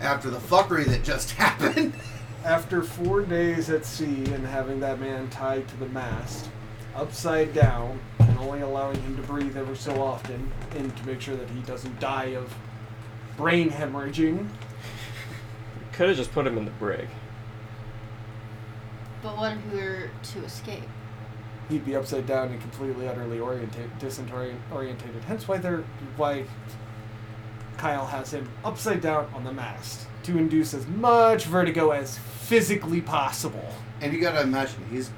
after the fuckery that just happened. After four days at sea and having that man tied to the mast, upside down, and only allowing him to breathe ever so often, and to make sure that he doesn't die of brain hemorrhaging, Could have just put him in the brig. But what if we were to escape? he'd be upside down and completely, utterly oriented, disorientated. Hence why they're why Kyle has him upside down on the mast to induce as much vertigo as physically possible And you gotta imagine he's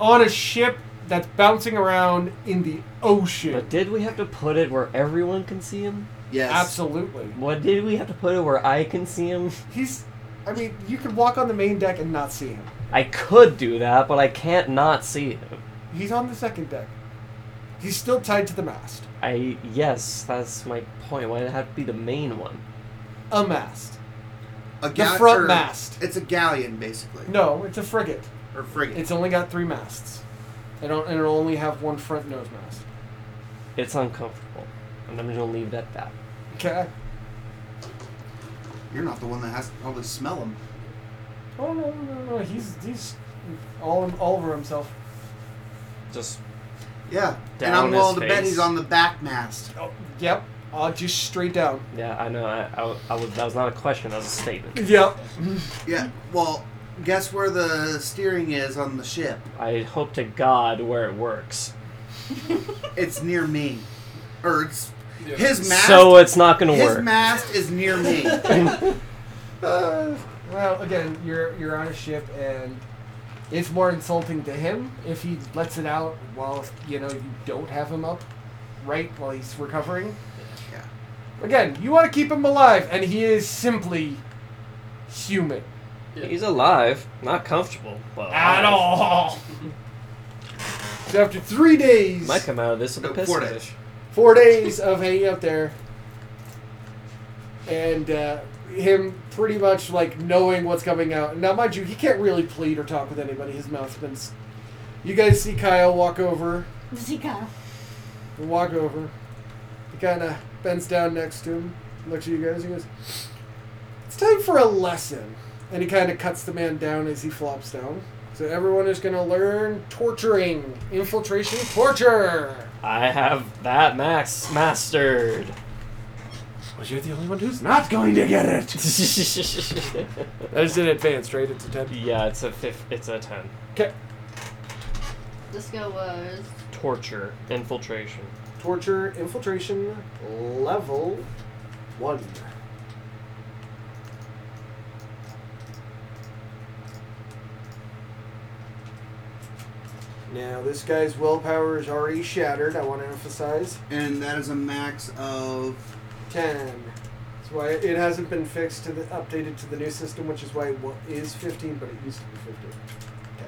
on a ship that's bouncing around in the ocean. But did we have to put it where everyone can see him? yes, Absolutely. What did we have to put it where I can see him? He's. I mean, you could walk on the main deck and not see him. I could do that, but I can't not see him. He's on the second deck. He's still tied to the mast. I yes, that's my point. Why did it have to be the main one? A mast. a The gal- front or- mast. It's a galleon, basically, No, it's a frigate. or frigate. It's only got three masts. It don't, and it'll only have one front nose mast. It's uncomfortable, and I'm gonna leave it at that. Okay. You're not the one that has to probably smell him. Oh no no no! He's he's all all over himself. Just Yeah, and Down I'm his willing to bet face. he's on the back mast. Oh, yep. Uh, just straight down. yeah, I know. I, I, I was, that was not a question. That was a statement. Yep. Yeah. Well, guess where the steering is on the ship? I hope to God where it works. It's near me, or it's his mast. So it's not gonna his work. mast is near me. Uh, well, again, you're you're on a ship, and it's more insulting to him if he lets it out while you know you don't have him up right while he's recovering. yeah. Again, you want to keep him alive, and he is simply human He's alive, not comfortable, but at alive. all. so after three days, Might come out of this with a No, piss four fish. days. four days of hanging up there and uh, him pretty much like knowing what's coming out now mind you he can't really plead or talk with anybody his mouth's been s- you guys see kyle walk over Zika. walk over he kind of bends down next to him looks at you guys he goes it's time for a lesson and he kind of cuts the man down as he flops down so everyone is going to learn torturing infiltration torture I have that max mastered. well you're the only one who's not going to get it That is in advanced, right? It's a 10. yeah, it's a fif- it's a ten. Okay. Disco was Torture, infiltration. Torture, infiltration, level 1. Now, this guy's willpower is already shattered, I want to emphasize. And that is a max of 10. That's why it hasn't been fixed to the updated to the new system, which is why it wa- is 15, but it used to be 15. 10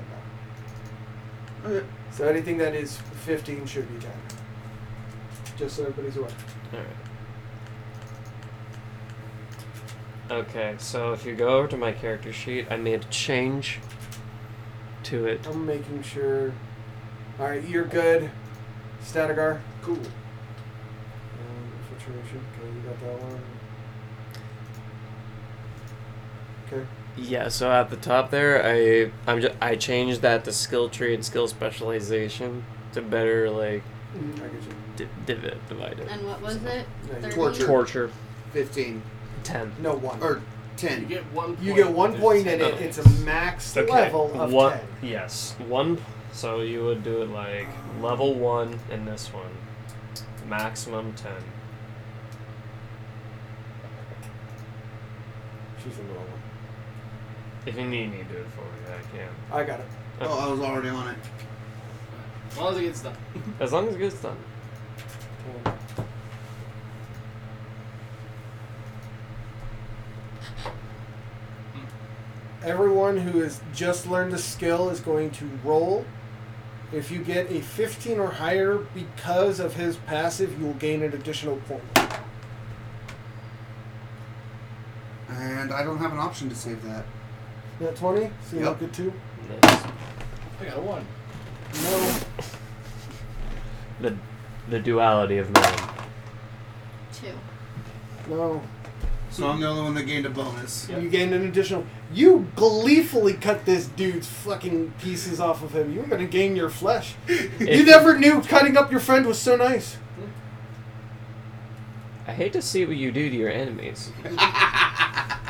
now. Okay. So anything that is 15 should be 10. Just so everybody's aware. Alright. Okay, so if you go over to my character sheet, I made a change to it. I'm making sure. Alright, you're good. Statigar. Cool. Um, infiltration. Okay, you got that one. Okay. Yeah, so at the top there, I I'm just, I changed that to skill tree and skill specialization to better like I get you. di- div- divide it. and what was it? No, you- 30? Torture. Torture 15 ten. No, one. or 10. You get one. Point You get one There's point ten in it. of It's a max Okay, level of one, 10. Yes, one. So you would do it like level one in this one, maximum ten. She's in the wrong one. If you need me to do it for me, I can. I got it. Oh, I was already on it. As long as it gets done. As long as it gets done. Hmm. Everyone who has just learned the skill is going to roll. If you get a 15 or higher because of his passive, you will gain an additional point. And I don't have an option to save that. Yeah, 20? So you Yep. look at 2? Nice. I got a one. No. The the duality of man. Two. No. So I'm the only one that gained a bonus. Yeah. You gained an additional. You gleefully cut this dude's fucking pieces off of him. You were gonna gain your flesh. you If- never knew cutting up your friend was so nice. I hate to see what you do to your enemies. Kyle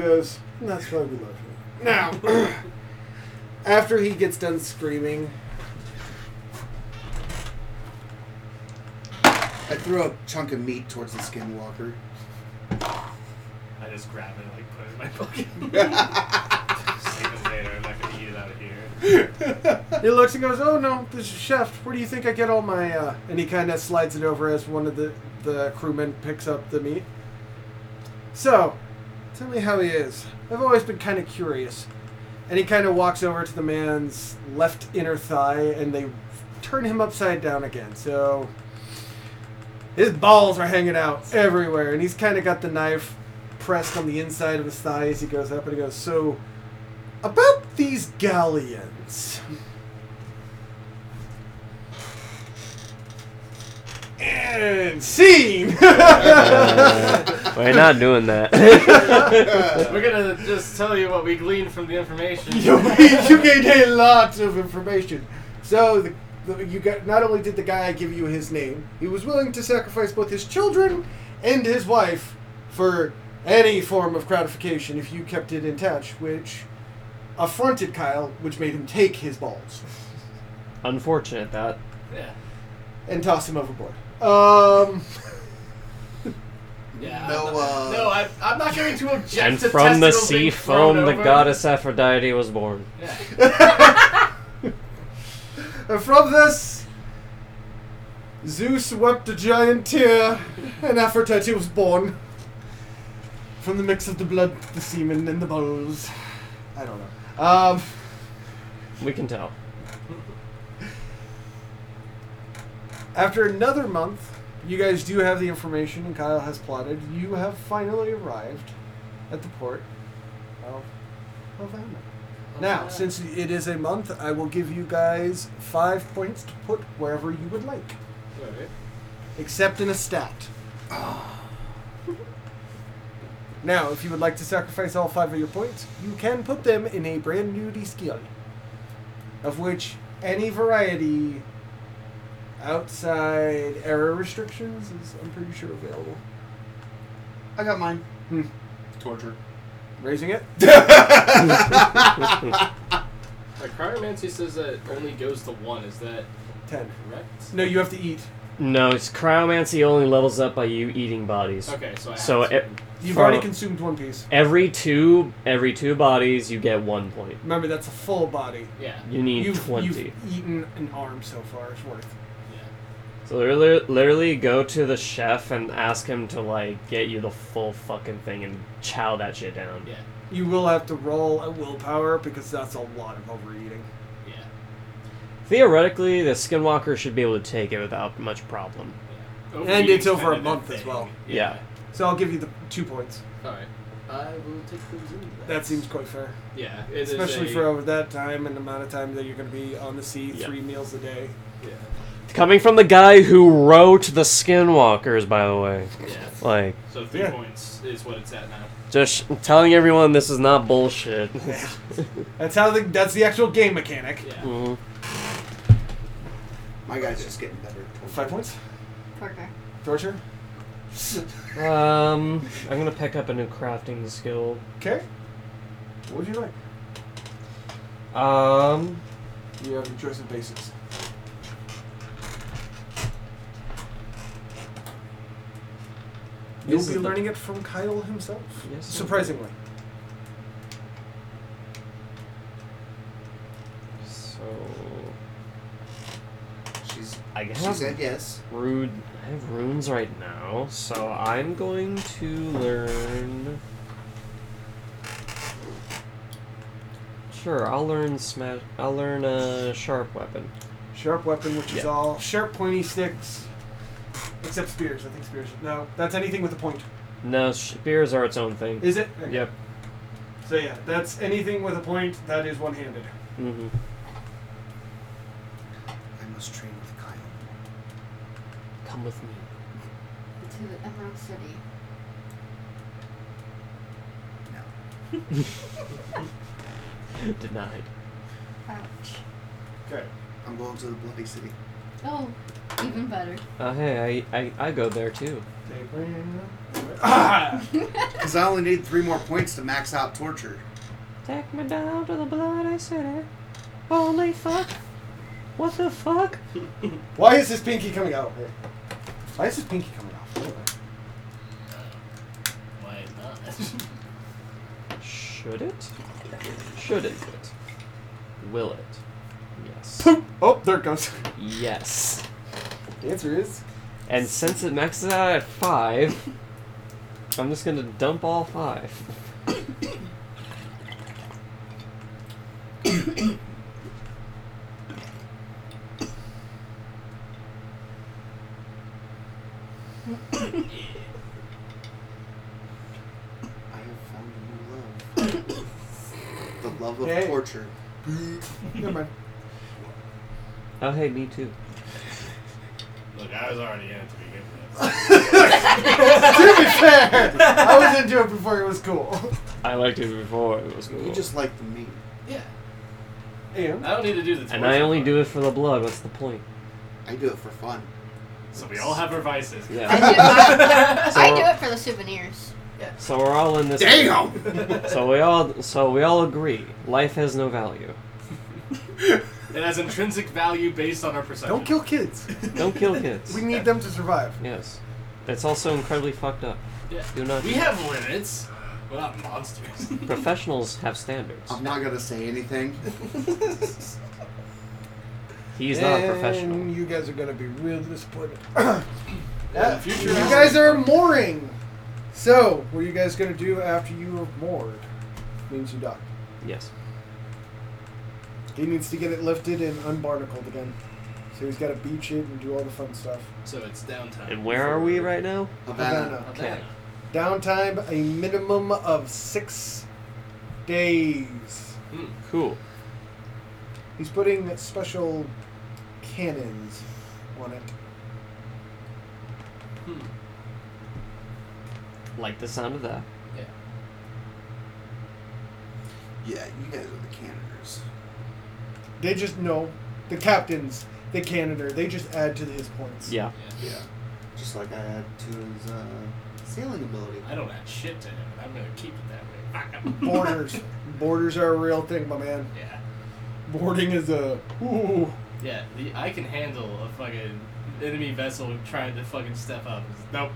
goes, That's why we love you. Now, after he gets done screaming, I threw a chunk of meat towards the skinwalker. I just grab it and like put it in my pocket. Save it I later. I'm not gonna eat it out of here. he looks and goes, "Oh no, this is chef. Where do you think I get all my?" Uh... And he kind of slides it over as one of the the crewmen picks up the meat. So, tell me how he is. I've always been kind of curious. And he kind of walks over to the man's left inner thigh, and they turn him upside down again. So his balls are hanging out everywhere, and he's kind of got the knife pressed on the inside of his thigh as he goes up, and he goes, "So." About these galleons. And scene! Uh, we're not doing that. We're gonna just tell you what we gleaned from the information. you, you gained a lot of information. So the, the, you got not only did the guy give you his name, he was willing to sacrifice both his children and his wife for any form of gratification if you kept it in touch, which affronted Kyle, which made him take his balls. Unfortunate that. Yeah. and toss him overboard. Um, Yeah. No, I'm not- uh, no, I, I'm not going to object And to from the testicles sea being thrown foam, the over. goddess Aphrodite was born. Yeah. and from this, Zeus wept a giant tear, and Aphrodite was born. From the mix of the blood, the semen, and the bowls. I don't know. Um, We can tell. after another month, you guys do have the information, and Kyle has plotted. You have finally arrived at the port of Havana. Now, since it is a month, I will give you guys five points to put wherever you would like, Alright. except in a stat. now, if you would like to sacrifice all five of your points, you can put them in a brand new D skill, of which any variety outside error restrictions is, I'm pretty sure, available. got mine. Hmm. Torture. Raising it? Like cryomancy Uh, says that it only goes to one. Is that 10. correct? No, you have to eat. No, it's cryomancy only levels up by you eating bodies. Okay, so I have So to- it, You've For- already consumed one piece. every two every two bodies, you get one point. Remember, that's a full body. yeah, You need you've, 20 you've eaten an arm so far. It's worth. yeah. So literally, literally go to the chef and ask him to like get you the full fucking thing and chow that shit down. Yeah. You will have to roll a willpower because that's a lot of overeating. Yeah. Theoretically, the skinwalker should be able to take it without much problem. And Overeating's it's over kind a of month thing. as well. Yeah. So I'll give you the two points. All right. I will take those in. That seems quite fair, Yeah. it is especially a- for over that time and the amount of time that you're going to be on the sea, Yeah. three meals a day. Yeah. Coming from the guy who wrote the skinwalkers, by the way. Yeah. Like, So three Yeah. points is what it's at now. just telling everyone this is not bullshit. That's how the that's the actual game mechanic. Yeah. Mhm. My guy's just getting better. at torture. Five points. Parker. Torture. Um, I'm gonna pick up a new crafting skill. Okay. What would you like? Um, You have your choice of bases. You'll This be is the- learning it from Kyle himself. Yes, sir. Surprisingly. so She's, I guess she said yes. rude. I have runes right now, so I'm going to learn. Sure, I'll learn smash. I'll learn a sharp weapon. Sharp weapon, which is Yeah. all sharp, pointy sticks. Except spears. I think spears. No, that's anything with a point. No, spears are its own thing. Is it? Okay. Yep. So, yeah, that's anything with a point that is one handed. Mm-hmm. I must train with Kyle. Come with me. To Emerald City. Denied. Ouch. Okay. I'm going to the bloody city. Oh, even better. Uh, hey, I, I, I go there too. Ah! Because I only need three more points to max out torture. Take me down to the bloody city. Holy fuck. What the fuck? Why is his pinky coming out? Here. Why is his pinky coming off? Anyway. Why not? Should it? Shouldn't it? Will it? Yes. Poop! Oh, there it goes. Yes. The answer is And since it maxes out at five, I'm just gonna dump all five. I have found a new love. the love of Hey. torture. never mind. Oh, hey, me too. Look, I was already in it to begin with. to be fair, I was into it before it was cool. I liked it before. It was cool. You just like the meat. yeah. And I don't need to do the and I only torture do it for the blood. What's the point? I do it for fun. part. So we all have our vices. I Yeah. do, it, So- I do it for the souvenirs. So we're all in this. So we all so we all agree. Life has no value. It has intrinsic value based on our perception. don't kill kids. Don't kill kids. We need them to survive. Yes. That's also incredibly fucked up. Yeah. Do not. We have limits. We're not monsters. Professionals have standards. Um, I'm not gonna say anything. He's not a And professional. You guys are gonna be real disappointed. Yeah, the future you is- guys are mooring. So, what are you guys gonna do after you have moored? Means you dock. Yes. He needs to get it lifted and unbarnacled again. So he's gotta beach it and do all the fun stuff. So it's downtime. And where are we right now? Havana. Okay. Downtime a minimum of six days. Cool. He's putting special cannons on it. Hmm. Like the sound of that. Yeah, you guys are the cannoners. They just know the captain's the cannoner. They just add to his points. Yeah. Yeah. Just like I had to his uh, sailing ability. I don't add shit to him. I'm gonna keep it that way. Fuck him. Borders, borders are a real thing, my man. yeah. Boarding is a ooh. Yeah, the, I can handle a fucking enemy vessel trying to fucking step up. Nope.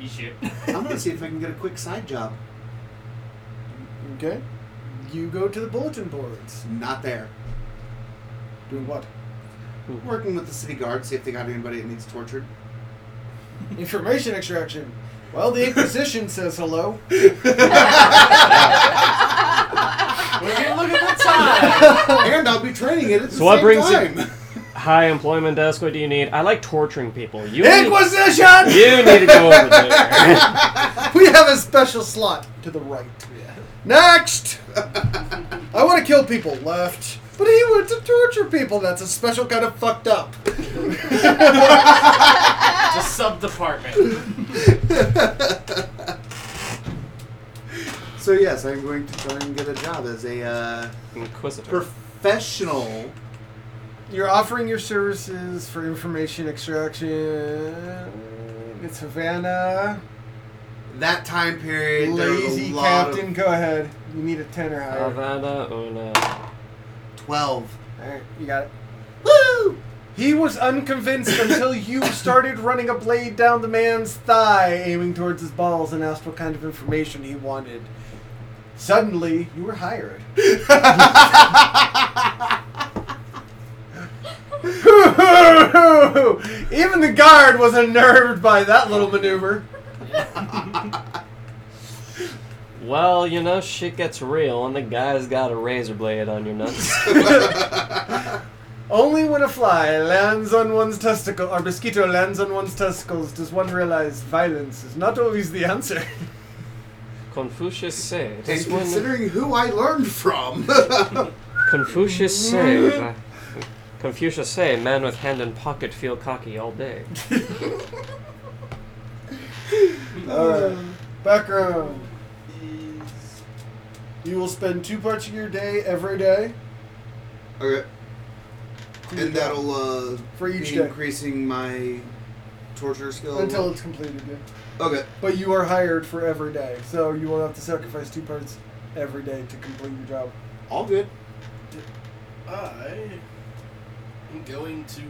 Eat shit. I'm gonna see if I can get a quick side job. Okay. You go to the bulletin boards. Not there. Doing what? Working with the city guard, see if they got anybody that needs tortured. Information extraction. Well, the Inquisition says hello. Look at, look at the time! and I'll be training it at the So what same brings you- time. Hi, employment desk. What do you need? I like torturing people. You need, Inquisition! you need to go over there. We have a special slot to the right. Next! I want to kill people. Left. But he went to torture people. That's a special kind of fucked up. It's a sub department. so yes, I'm going to try and get a job as a uh, Inquisitor. professional. You're offering your services for information extraction. It's Havana. That time period, there was a Lazy lot captain, of go ahead. You need a 10 or higher. Havana una. twelve. Alright, you got it. Woo! He was unconvinced until you started running a blade down the man's thigh, aiming towards his balls, and asked what kind of information he wanted. Suddenly, you were hired. Even the guard was unnerved by that little maneuver. Well, you know, shit gets real, and the guy's got a razor blade on your nuts. Only when a fly lands on one's testicle, or mosquito lands on one's testicles, does one realize violence is not always the answer. Confucius said. And "When- considering who I learned from, Confucius say. Confucius say, "Man with hand in pocket feel cocky all day." Hmm. Alright, background. You will spend two parts of your day every day. Okay. And that'll uh, For each be day. increasing my torture skill. until it's completed. Yeah. okay. But you are hired for every day, so you will have to sacrifice two parts every day to complete your job. All good. I am going to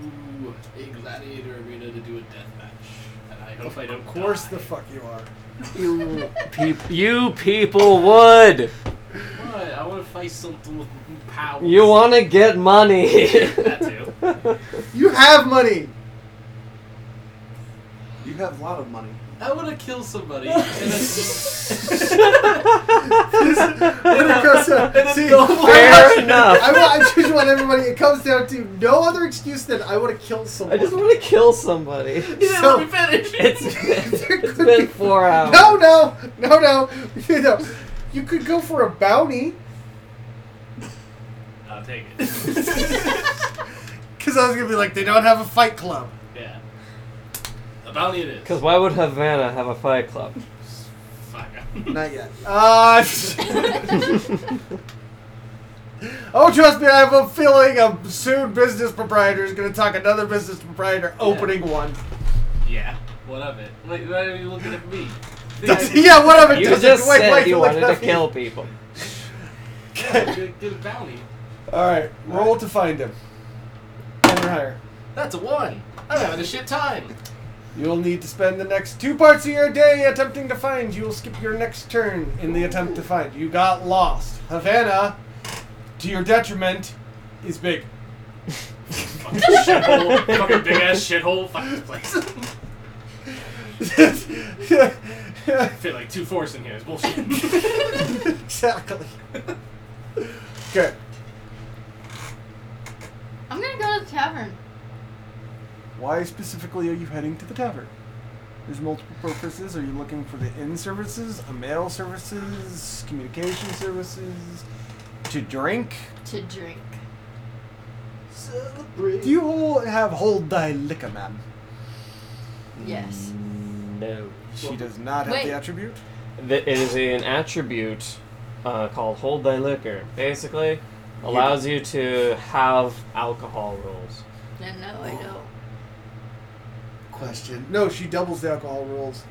a gladiator arena to do a death match, and I hope I don't. Of course, the fuck you are. You, peop- you people would. What? I want to fight something with power. You want to get money. that too? You have money. You have a lot of money. I want to kill somebody. and then- When it comes down- uh, see, I, Fair enough. I, wa- I just want everybody. It comes down to no other excuse than I want to kill I someone. just want to kill somebody. You didn't So- let me finish. It's There been, it's could be- been four hours. No, no, no, no. You know, you could go for a bounty. I'll take it. Because I was gonna be like, they don't have a fight club. Yeah. A bounty it is. Because why would Havana have a fight club? Fuck. Not yet. Uh, oh, trust me, I have a feeling a soon business proprietor is gonna talk another business proprietor opening one. yeah. What of it? Like, why are you looking at me? yeah, what of it? You doesn't- just wait, said wait, you look wanted to at me. kill people. Get, get a bounty. All right, roll to find him. Ten or higher. That's a one. I'm having a shit time. You'll need to spend the next two parts of your day attempting to find. You will skip your next turn in the attempt to find. You got lost. Havana, to your detriment, is big. Fucking shithole. Fucking big ass shithole. Fuck this place. Fit like two fourths in here. It's bullshit. exactly. Okay. I'm gonna go to the tavern. Why specifically are you heading to the tavern? There's multiple purposes. Are you looking for the inn services, a mail services, communication services, to drink? To drink. Celebrate. Do you all have hold thy liquor, man? Yes. No. She does not have Wait. the attribute. Th- It is an attribute uh, called Hold Thy Liquor. Basically, allows you to have alcohol rules. Then no, I don't. Question. No, she doubles the alcohol rules.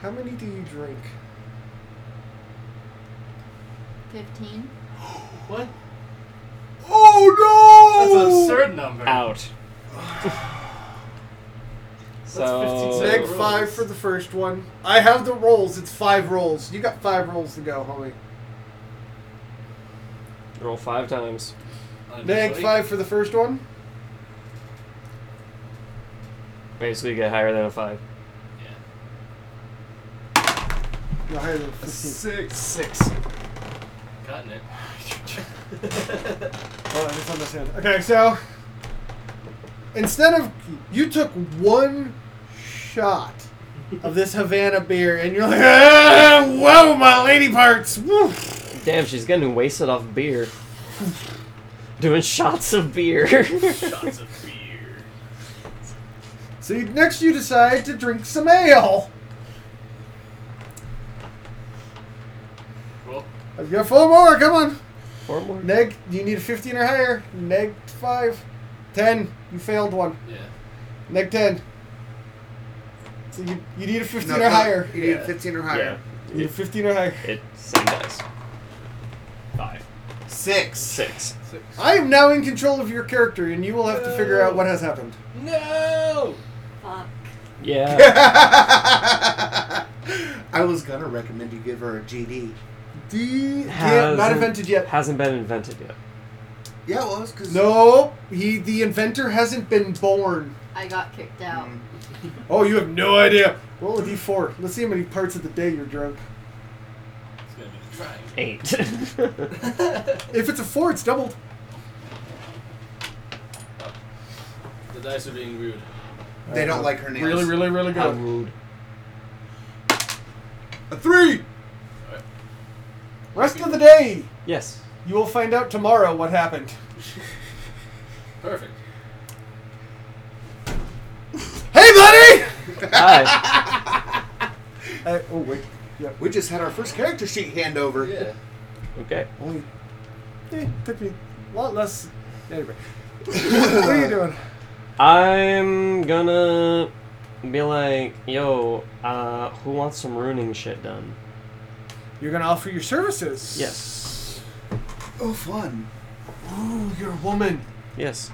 How many do you drink? Fifteen. what? Oh That's an absurd number. Out. so, 15 Meg Rolls. five for the first one. I have the rolls. It's five rolls. You got five rolls to go, homie. roll five times. Meg five for the first one. Basically, get higher than a five. No higher than fifteen. Six. Six. Cutting it. Oh, I just understand. Okay, so instead of you took one shot of this Havana beer, and you're like, ah, whoa, my lady parts. Woo. Damn, she's getting wasted off beer. Doing shots of beer. Shots of beer. So you- next, you decide to drink some ale. Well, I've got four more. Come on. Four more. Neg, you need a 15 or higher. Neg 5. 10. You failed one. yeah. Neg 10. So you, you need a 15 No, or no, higher. You need Yeah. 15 or Yeah. higher. You need a 15 or higher. It same dice. Five. Six. Six. Six. I am now in control of your character, and you will have to figure out what has happened. No. Fuck. Yeah. I was gonna recommend you give her a GD. D. Hasn't- not invented yet. Hasn't been invented yet. Yeah, it was because No, he the inventor hasn't been born. I got kicked out. Oh, you have no idea. Roll a d4. Let's see how many parts of the day you're drunk. It's gonna be the triangle. Eight. If it's a four, it's doubled. The dice are being rude. they don't like her nails. Really, really, really How good. rude. A three. Rest of the day, Yes. you will find out tomorrow what happened. Perfect. Hey, buddy! Hi. Uh, oh wait. Yep. We just had our first character sheet handover. Yeah. Okay. Only eh, took me a lot less. Anyway, what are you doing? I'm gonna be like, yo, uh, who wants some ruining shit done? You're gonna offer your services. Yes. Oh, fun. Ooh, you're a woman. Yes.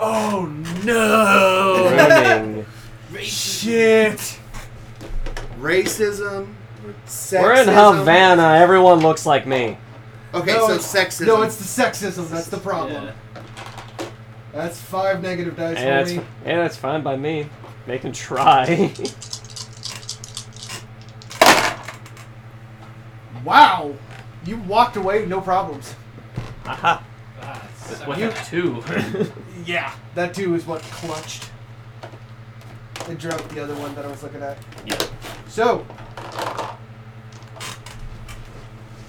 Oh no! Ruining. Shit! Racism. Sexism. We're in Havana. Everyone looks like me. Okay, No, so it's- sexism. No, it's the sexism. That's the problem. That's five negative dice And that's, for me. yeah, that's fine by me. They can try. Wow! You walked away, no problems. Aha. Ah, it's- With you- a two. Yeah. That too is what clutched. It dropped the other one that I was looking at. Yeah. So,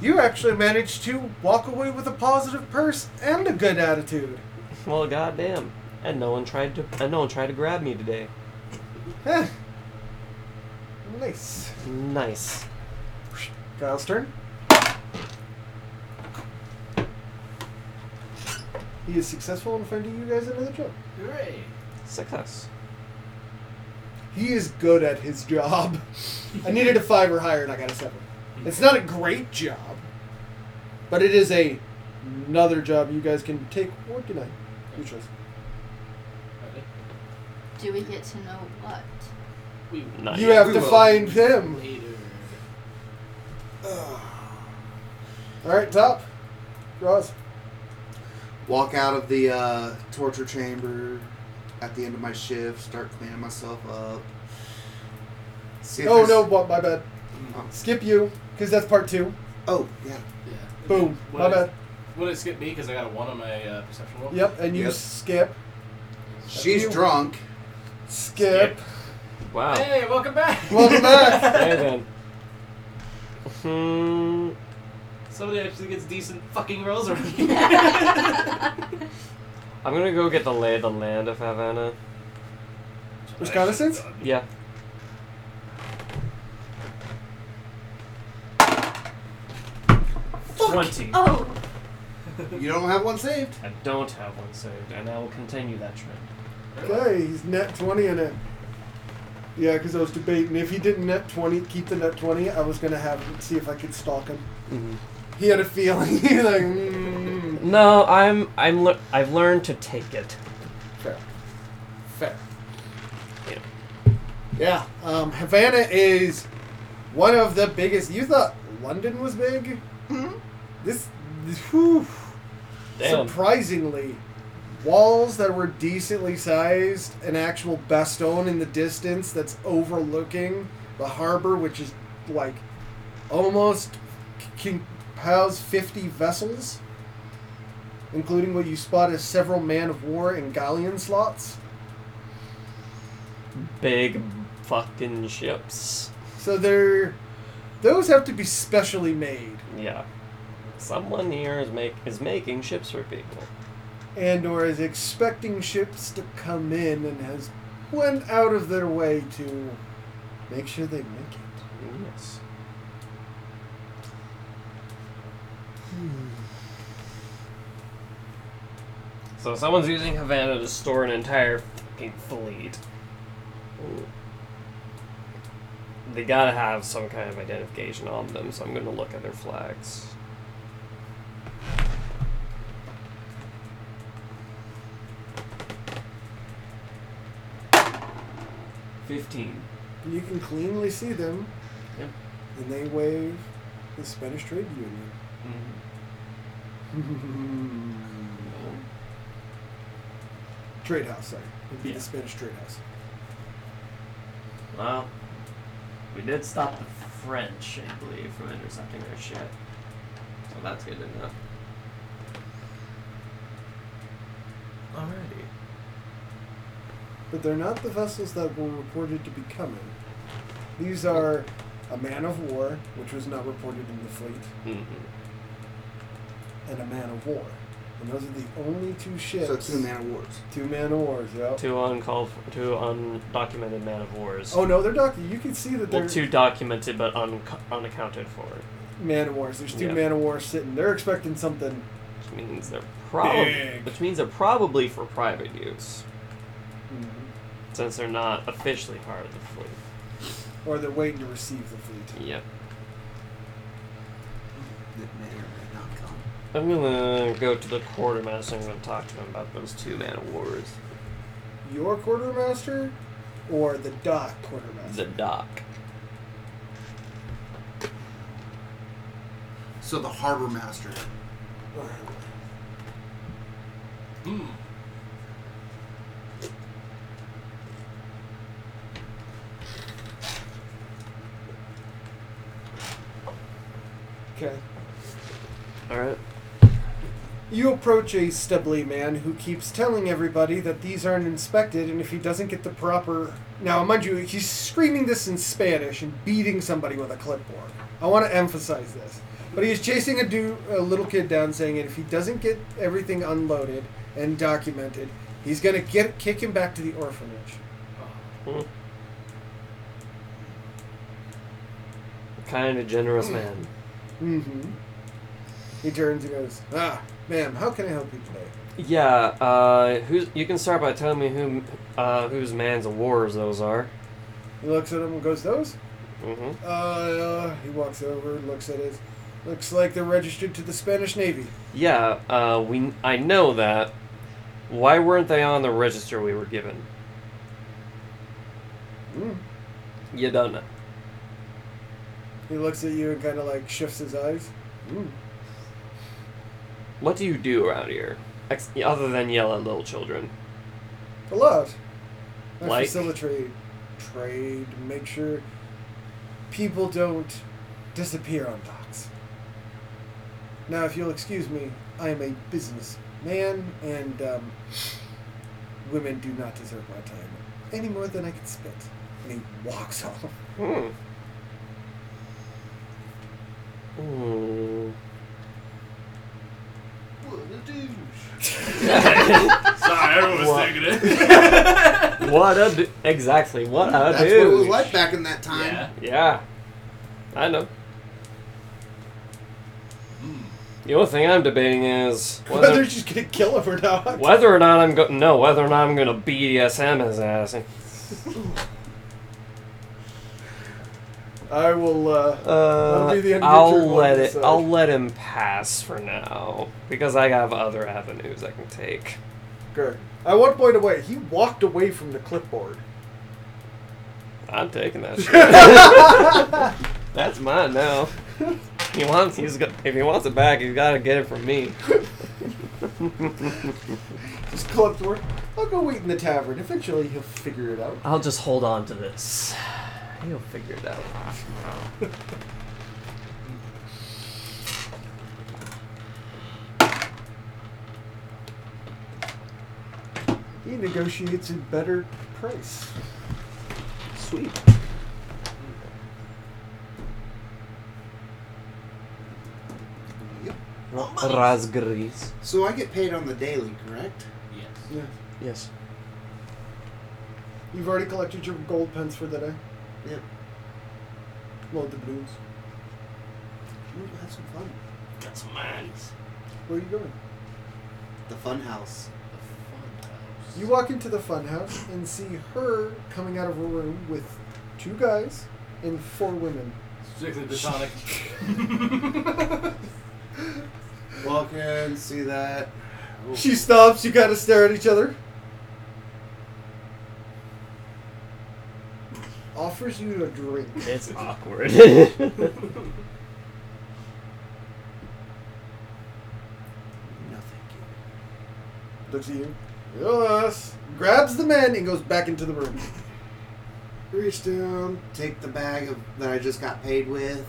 you actually managed to walk away with a positive purse and a good attitude. well, goddamn. And no one tried to. And no one tried to grab me today. Huh. Eh. Nice. Nice. Kyle's turn. He is successful in finding you guys another job. Hooray! Success. He is good at his job. I needed a five or higher, and I got a seven. It's not a great job, but it is a another job you guys can take or deny. Your choice. Do we get to know what? We will Nice. You have Uh, we to will. find him. later. All right, top. Ross. Walk out of the uh, torture chamber at the end of my shift. Start cleaning myself up. See if Oh there's- no, what? My bad. Oh. Skip you, because that's part two. Oh yeah. Yeah. Boom. What My is- bad. Would it skip me because I got a one on my uh, perception roll? Yep, and you Yep. skip. She's you. drunk. Skip. Wow. Hey Hey, welcome back. Welcome back. then. Hmm. Somebody actually gets decent fucking rolls around here. That's I'm gonna go get the lay of the land of Havana. Reconnaissance? Yeah. Twenty. Oh, You don't have one saved. I don't have one saved, and I will continue that trend. Okay, he's net 20 in it. Yeah, because I was debating if he didn't net 20, keep the net 20, I was going to have see if I could stalk him. He had a feeling. He's like, mm. Mm-hmm. No, I'm I'm lear I've learned to take it. Fair. Fair. Yeah. Yeah, um, Havana is one of the biggest. You thought London was big? This. this whew. Damn. Surprisingly, walls that were decently sized, an actual bastone in the distance that's overlooking the harbor, which is like almost can house 50 vessels, including what you spot as several man of war and galleon slots. Big fucking ships. So they're. Those have to be specially made, Yeah. Someone here is make is making ships for people. and or is expecting ships to come in and has went out of their way to make sure they make it. Yes. Hmm. So someone's using Havana to store an entire fucking fleet. They gotta have some kind of identification on them, so I'm gonna look at their flags. Fifteen. You can cleanly see them. Yep. And they wave the Spanish Trade Union. Mm-hmm. trade House, sorry. It'd be Yeah. the Spanish Trade House. Well, we did stop the French, I believe, from intercepting their ship. So that's good enough. Alrighty. But they're not the vessels that were reported to be coming. These are a man of war, which was not reported in the fleet, Mm-hmm. and a man of war. And those are the only two ships. So two man of wars. Two man of wars, yeah. Two uncalled, for, two undocumented man of wars. Oh no, Oh, they're not. You can see that they're. well, two documented but un- unaccounted for. man of wars. There's two Yeah. man of wars sitting. They're expecting something. Which means they're probably, Big. which means they're probably for private use, Mm-hmm. since they're not officially part of the fleet. Or they're waiting to receive the fleet. Yep. That may or may not come. I'm gonna go to the quartermaster. I'm gonna talk to him about those two man of wars. Your quartermaster or the dock quartermaster? The dock. So the harbor master. Hmm. Okay. All right. You approach a stubbly man who keeps telling everybody that these aren't inspected, and if he doesn't get the proper. Now, mind you, he's screaming this in Spanish and beating somebody with a clipboard. I want to emphasize this. But he is chasing a, dude, a little kid down, saying, if he doesn't get everything unloaded and documented, he's going to get kick him back to the orphanage. Kind of Hmm. generous man. Mm hmm. He turns and goes, Ah, ma'am, how can I help you today? Yeah. Uh, who's? You can start by telling me who, uh, whose man's of wars those are. He looks at him and goes, Those? Mm-hmm. Uh, he walks over, looks at it. Looks like they're registered to the Spanish Navy. Yeah. Uh, we. I know that. Why weren't they on the register we were given? Mm. You don't know. He looks at you and kind of like shifts his eyes. Mm. What do you do around here, ex- other than yell at little children? A lot. I Like? facilitate trade, make sure people don't disappear on docks. Now, if you'll excuse me, I am a businessman, and um, women do not deserve my time any more than I can spit. And he walks off. Hmm. Hmm. What a douche. Sorry, everyone was What? taking it. What a do- exactly what a That's do. what it was like back in that time. Yeah. Yeah, I know. Hmm. The only thing I'm debating is Whether whether she's gonna kill him or not. whether or not I'm go- no whether or not I'm gonna BDSM his ass. Uh, I will. Uh, Uh, be the end of your turn, I'll we'll let it. decide. I'll let him pass for now because I have other avenues I can take. Good. I one point away. He walked away from the clipboard. I'm taking that shit. That's mine now. He wants. He's got. If he wants it back, he's got to get it from me. His clipboard. I'll go wait in the tavern. Eventually, he'll figure it out. I'll just hold on to this. He'll figure it out. He negotiates a better price. Sweet. Yep. Razgris. So I get paid on the daily, correct? Yes. Yeah. Yes. You've already collected your gold pens for the day. Yep. Load the blues. Ooh, have some fun. Got some mines. Where are you going? The fun house. The fun house. You walk into the funhouse and see her coming out of a room with two guys and four women. Strictly platonic. Walk in, see that. Ooh. She stops. You gotta stare at each other. Offers you a drink. It's awkward. Mm. No, thank Looks at you. Yes. Grabs the man and goes back into the room. you. Reach down, take the bag of, that I just got paid with,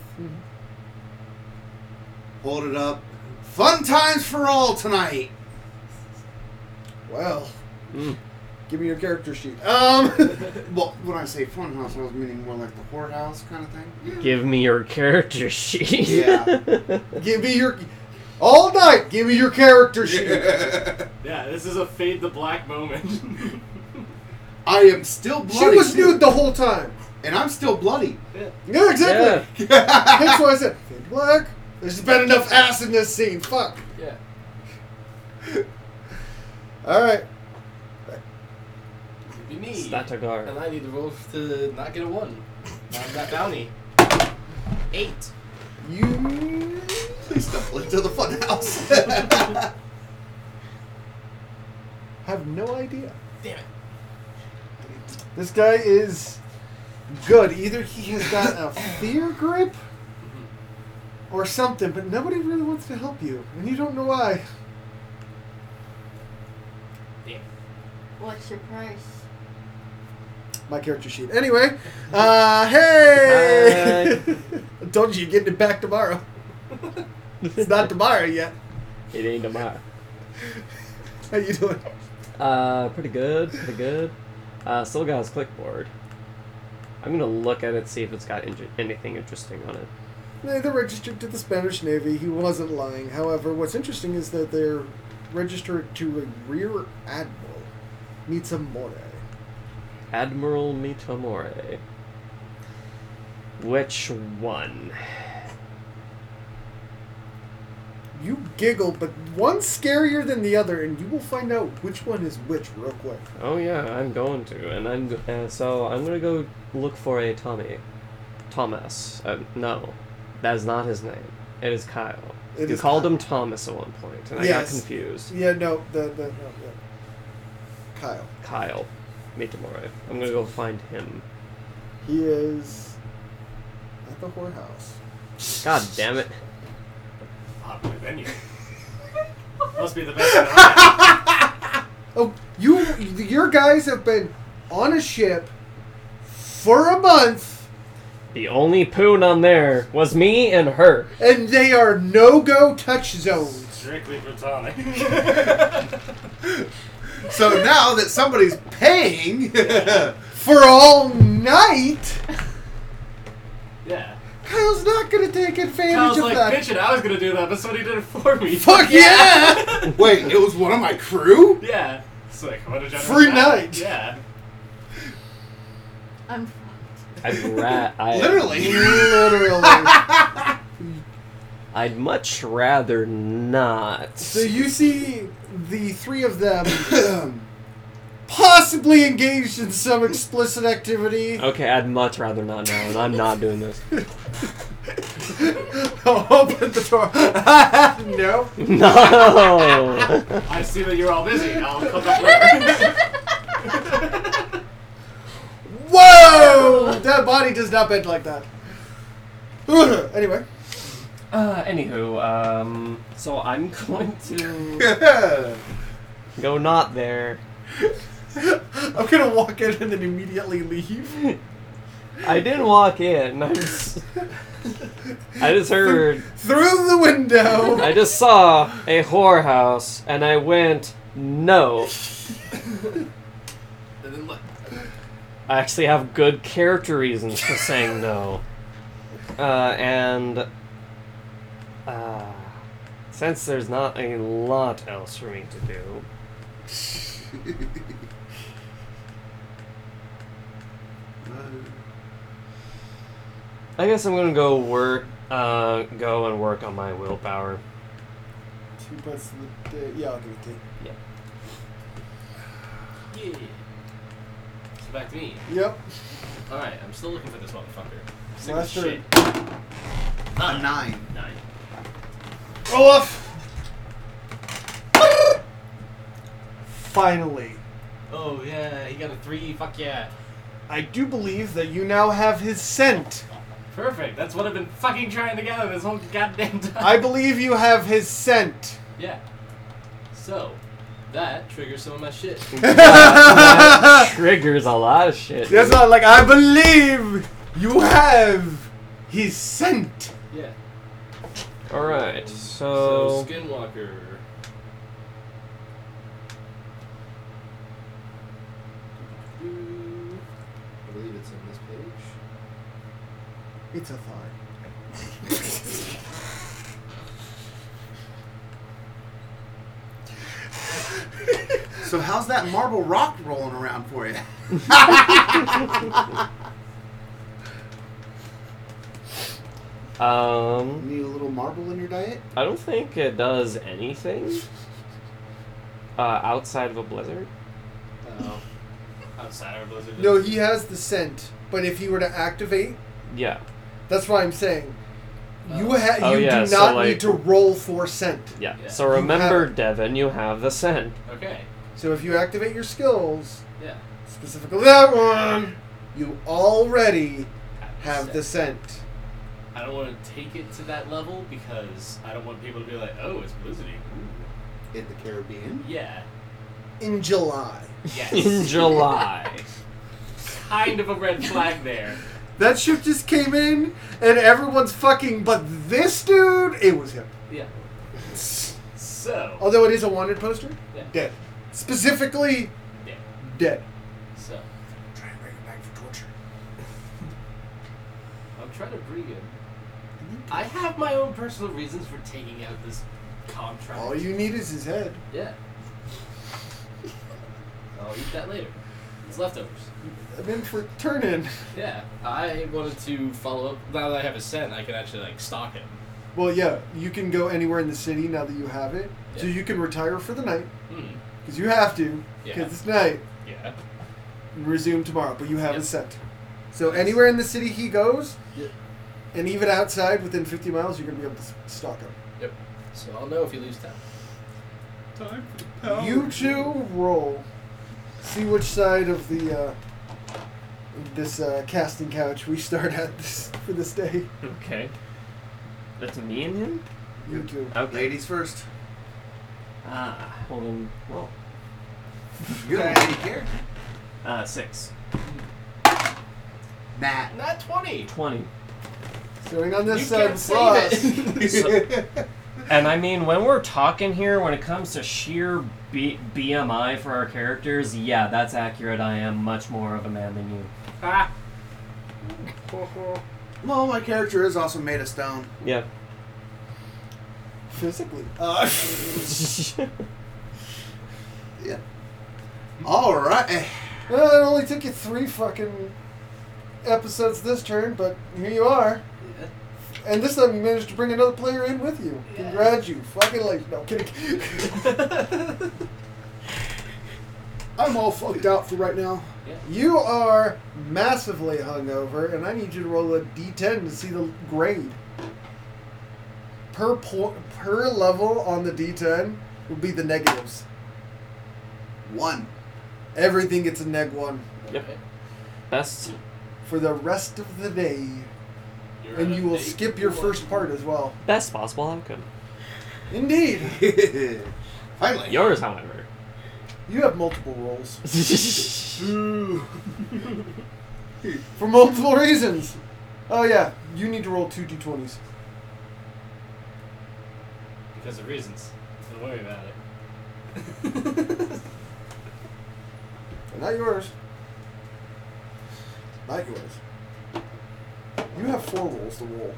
hold it up. Fun times for all tonight. Well, Mm. give me your character sheet. Um, well, when I say fun house, I was meaning more like the whorehouse kind of thing. Give me your character sheet. Yeah. Give me your all night. Give me your character sheet. yeah, this is a fade to black moment. I am still she bloody. was nude the whole time. and I'm still bloody. Yeah, exactly. That's yeah, why I said, think black. There's been enough ass in this scene. Fuck. Yeah. All right. It'd be me. Statagar. And I need to roll to not get a one. I'm that bounty. Eight. You. please stumble into the funhouse. have no idea. Damn it. This guy is good. Either he has got a fear grip or something, but nobody really wants to help you, and you don't know why. What's your price? My character sheet. Anyway, uh, hey! I told you you're getting it back tomorrow. It's not tomorrow yet. It ain't tomorrow. How you doing? Uh, pretty good, pretty good. Uh, still got his clipboard. I'm gonna look at it, see if it's got inter- anything interesting on it. Eh, They're registered to the Spanish Navy. He wasn't lying. However, what's interesting is that they're registered to a rear admiral, Mitsamore. Admiral Mitomore. Which one? You giggle, but one's scarier than the other, and you will find out which one is which real quick. Oh yeah, I'm going to, and I'm go- uh, so I'm gonna go look for a Tommy, Thomas. Uh, no, that is not his name. It is Kyle. It you is called Kyle. him Thomas at one point, and I got Yes. confused. Yeah, no, the the no, yeah. Kyle. Kyle, Mitomore. I'm gonna go find him. He is at the whorehouse. God damn it! Popular venue. Must be the best in the Oh, you your guys have been on a ship for a month, The only poon on there was me and her. and they are no go touch zones. Strictly platonic. so now that somebody's paying, For all night, yeah. Kyle's not gonna take advantage Kyle's of like, that. bitch it, I was gonna do that, but somebody did it for me. Fuck yeah! wait, it was one of my crew. yeah. It's like, what a generous Free guy. night. Yeah. I'm fucked. I'd ra- I, Literally. Literally. I'd much rather not. So you see the three of them possibly engaged in some explicit activity. okay, I'd much rather not know, and I'm not doing this. Open the door. no. No. I see that you're all busy. I'll come back later. Whoa! That body does not bend like that. anyway. uh, anywho, um, so I'm going to go not there. I'm gonna walk in and then immediately leave. I didn't walk in. I just, I just heard. Through the window. I just saw a whorehouse, and I went no. And then what? I actually have good character reasons for saying no. Uh, and uh, since there's not a lot else for me to do, I guess I'm gonna go work. Uh, go and work on my willpower. Two parts of the day. Yeah, I'll give it to you. Yeah. So back to me. Yep. Alright, I'm still looking for this motherfucker. Sick Last as shit. turn. A Uh, nine. Nine. Roll off. Finally. Oh yeah, he got a three, fuck yeah. I do believe that you now have his scent. Perfect. That's what I've been fucking trying to gather this whole goddamn time. I believe you have his scent. Yeah. So that triggers some of my shit. That triggers a lot of shit. That's not like I believe you have his scent. Yeah. All right, So so Skinwalker. I believe it's on this page. It's a thought. So how's that marble rock rolling around for you? Um, Need a little marble in your diet? I don't think it does anything uh, outside of a blizzard. Oh. Outside of Blizzard. No, he has the scent, but if he were to activate, Yeah, that's what I'm saying. You Oh. ha- Oh, you yeah, do not so, like- need to roll for scent. yeah. Yeah. So You remember, have- Devin, you have the scent. Okay. So if you activate your skills, Yeah. specifically that one, you already have the scent. I don't want to take it to that level because I don't want people to be like, oh, it's blizzarding. Ooh. In the Caribbean? Yeah. In July. in Yes. July. kind of a red flag there. That ship just came in, and everyone's fucking, but this dude, it was him. Yeah. So. Although it is a wanted poster, Yeah. dead. Specifically, Yeah. dead. So. Try and bring it back for torture. I'm trying to bring in. I have my own personal reasons for taking out this contract. All you need is his head. Yeah. I'll eat that later. It's leftovers. And then for turn in, Yeah. I wanted to follow up. Now that I have a scent, I can actually like stalk him. well, yeah, you can go anywhere in the city now that you have it. So Yeah. you can retire for the night, Hmm. because you have to, because Yeah. it's night, Yeah. and resume tomorrow, but you have Yep. his scent. So Nice. anywhere in the city he goes, Yep. and even outside within 50 miles, you're going to be able to s- stalk him. So I'll know if he leaves town. Time for the Oh. You two roll. See which side of the uh, this uh, casting couch we start at this for this day. okay. That's me and him. You two. Okay. Ladies first. Ah, hold on. Well, You're the lady character. uh, six. Matt. Not twenty. Twenty. Starting on this You side can't of save the And I mean, when we're talking here, when it comes to sheer B- BMI for our characters, yeah, that's accurate. I am much more of a man than you. Ah. Well, my character is also made of stone. Yeah. Physically. Uh, Yeah. All right. well, it only took you three fucking episodes this turn, but here you are. And this time you managed to bring another player in with you. Congrats, you fucking like no kidding. I'm all fucked out for right now. Yeah. You are massively hungover, and I need you to roll a d10 to see the grade. Per po- per level on the d10 would be the negatives. One. Everything gets a neg one Yep. Okay. Best. for the rest of the day, You're and at you will eight. skip your first part as well. Best possible outcome. Indeed, Finally. Yours, however. you have multiple rolls Ooh. for multiple reasons. Oh yeah, you need to roll two d20s. Because of reasons. Don't worry about it. But not yours. Not yours. You have four rolls to roll.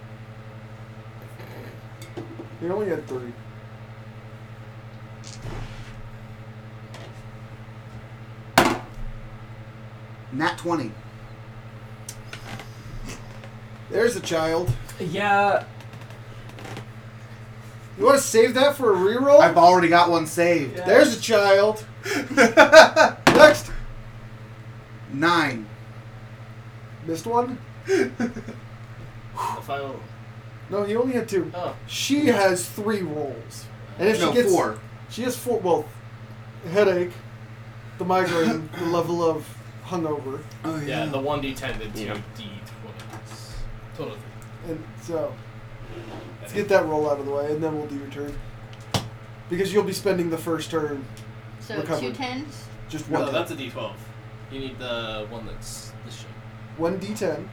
You only had three. Nat 20. There's a child. yeah. You want to save that for a reroll? I've already got one saved. Yeah. There's a child. Next. Nine. Missed one? The final. No, he only had two. Oh. She has three rolls. And if no, she gets four. She has four. Well, headache, the migraine, the level of hungover, Oh, Yeah, the one d10, the two Yeah. d20s. Total. and so let's get that roll out of the way, and then we'll do your turn. Because you'll be spending the first turn So Recovered. two tens. just one. No, that's a d12. You need the one that's this shape. one d10.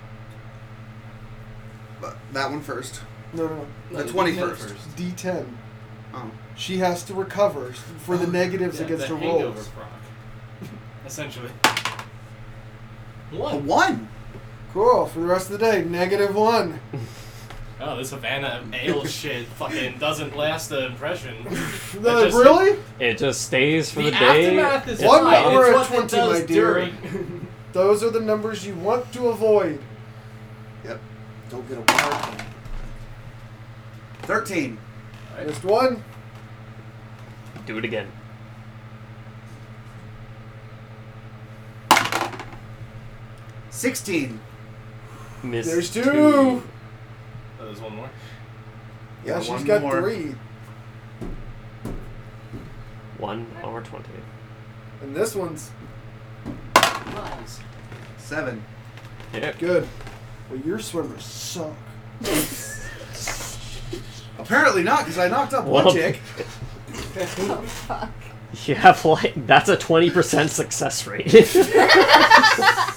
But that one first. No, no, no. The 21st. D10. Oh. She has to recover for the negatives Yeah, against the her hangover rolls. proc. Essentially. A Oh, One. one. Cool. For the rest of the day, negative one. Oh, this Havana ale shit fucking doesn't last the impression. It No, just- really? It just stays for The, the, day. aftermath is One fine. hour it's and 20, what it does my dear. during. Those are the numbers you want to avoid. Yep. Don't get a water. Thirteen. Missed one. Do it again. Sixteen. Miss There's two. Oh, there's one more. Yeah, Yeah, she's one got more. three. One over twenty. And this one's Nice. Seven. Yep. good. Well, your swimmers suck. Apparently not, because I knocked up Well, one chick. Oh, fuck. You have like that's a twenty percent success rate.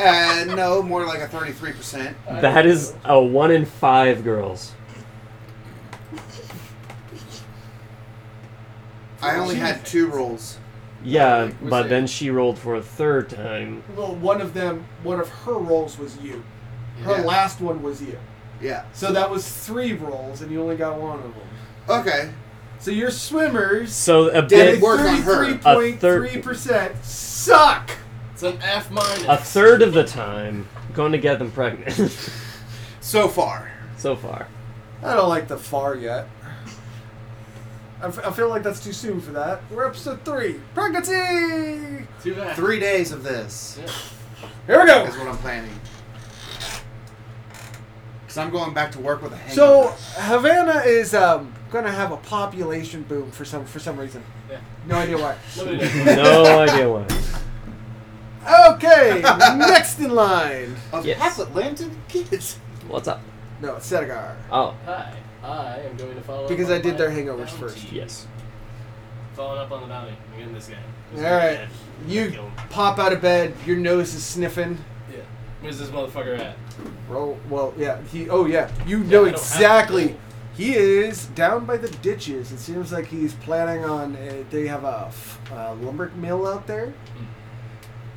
Uh, no, more like a thirty-three percent. that is a one in five girls. I only had two rolls. Yeah, Like, was but it- then she rolled for a third time. Well, one of them, one of her rolls was you. Her Yeah. last one was you. Yeah. So that was three rolls, and you only got one of them. Okay. So your swimmers, So a Did bit, it work on her? thirty-three point three percent suck. It's an F minus. a third of the time, going to get them pregnant. So far. so far, I don't like the far yet. I, f- I feel like that's too soon for that. We're episode three, pregnancy. Here Too bad. Three days of this Yeah. we go. is what I'm planning. Because I'm going back to work with a hangover. So Havana is um, gonna have a population boom for some for some reason. Yeah. No idea why. Nobody knows. no idea why. Okay, next in line. Of Yes. half Atlantic kids. What's up? No, it's Senegar. Oh, Hi, I am going to follow up Because on I did my their hangovers bounty. first. yes. Following up on the bounty. I'm getting this guy. All right, you pop out of bed. Your nose is sniffing. Yeah. Where's this motherfucker at? Roll. Well, yeah. He. Oh, yeah. You know I don't have to exactly. roll. He is down by the ditches. It seems like he's planning on. Uh, they have a, f- a lumber mill out there, Hmm.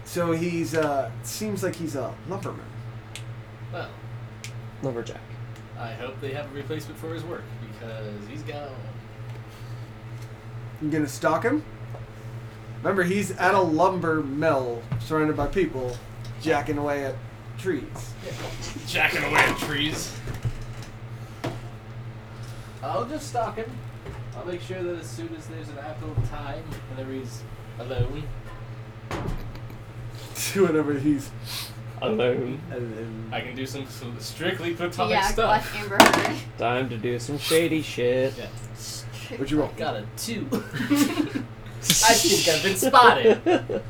so he's. Uh, seems like he's a lumberman. Well, Lumberjack. I hope they have a replacement for his work because he's gone. You gonna stalk him? Remember, he's at a lumber mill, surrounded by people, jacking away at trees. Jacking away at trees. I'll just stalk him. I'll make sure that as soon as there's an apple time, whenever he's alone, Whenever he's Alone. I can do some some strictly platonic yeah, Black stuff. Amber Heard. Time to do some shady shit. Yeah. What'd you roll? Got a two. I think I've been spotted.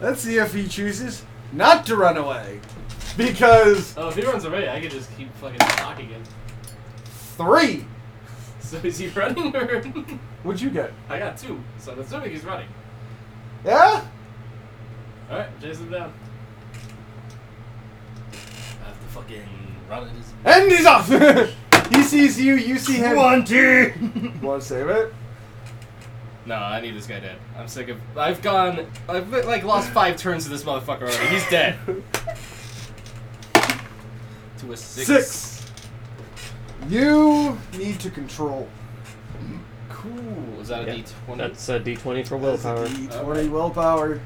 Let's see if he chooses not to run away, because oh, if he runs away, I could just keep fucking stalking him. three. So is he running or? What'd you get? I got two, so I'm assuming he's running. Yeah. All right, chase him down. I have to fucking run at his. And he's off! he sees you, you see him. Want to save it? No, I need this guy dead. I'm sick of. I've gone. I've like lost five turns to this motherfucker already. He's dead. to a six. Six. You need to control. Cool. Is that a Yeah, D20? That's a D20 for That's a willpower. D20 Alright. willpower.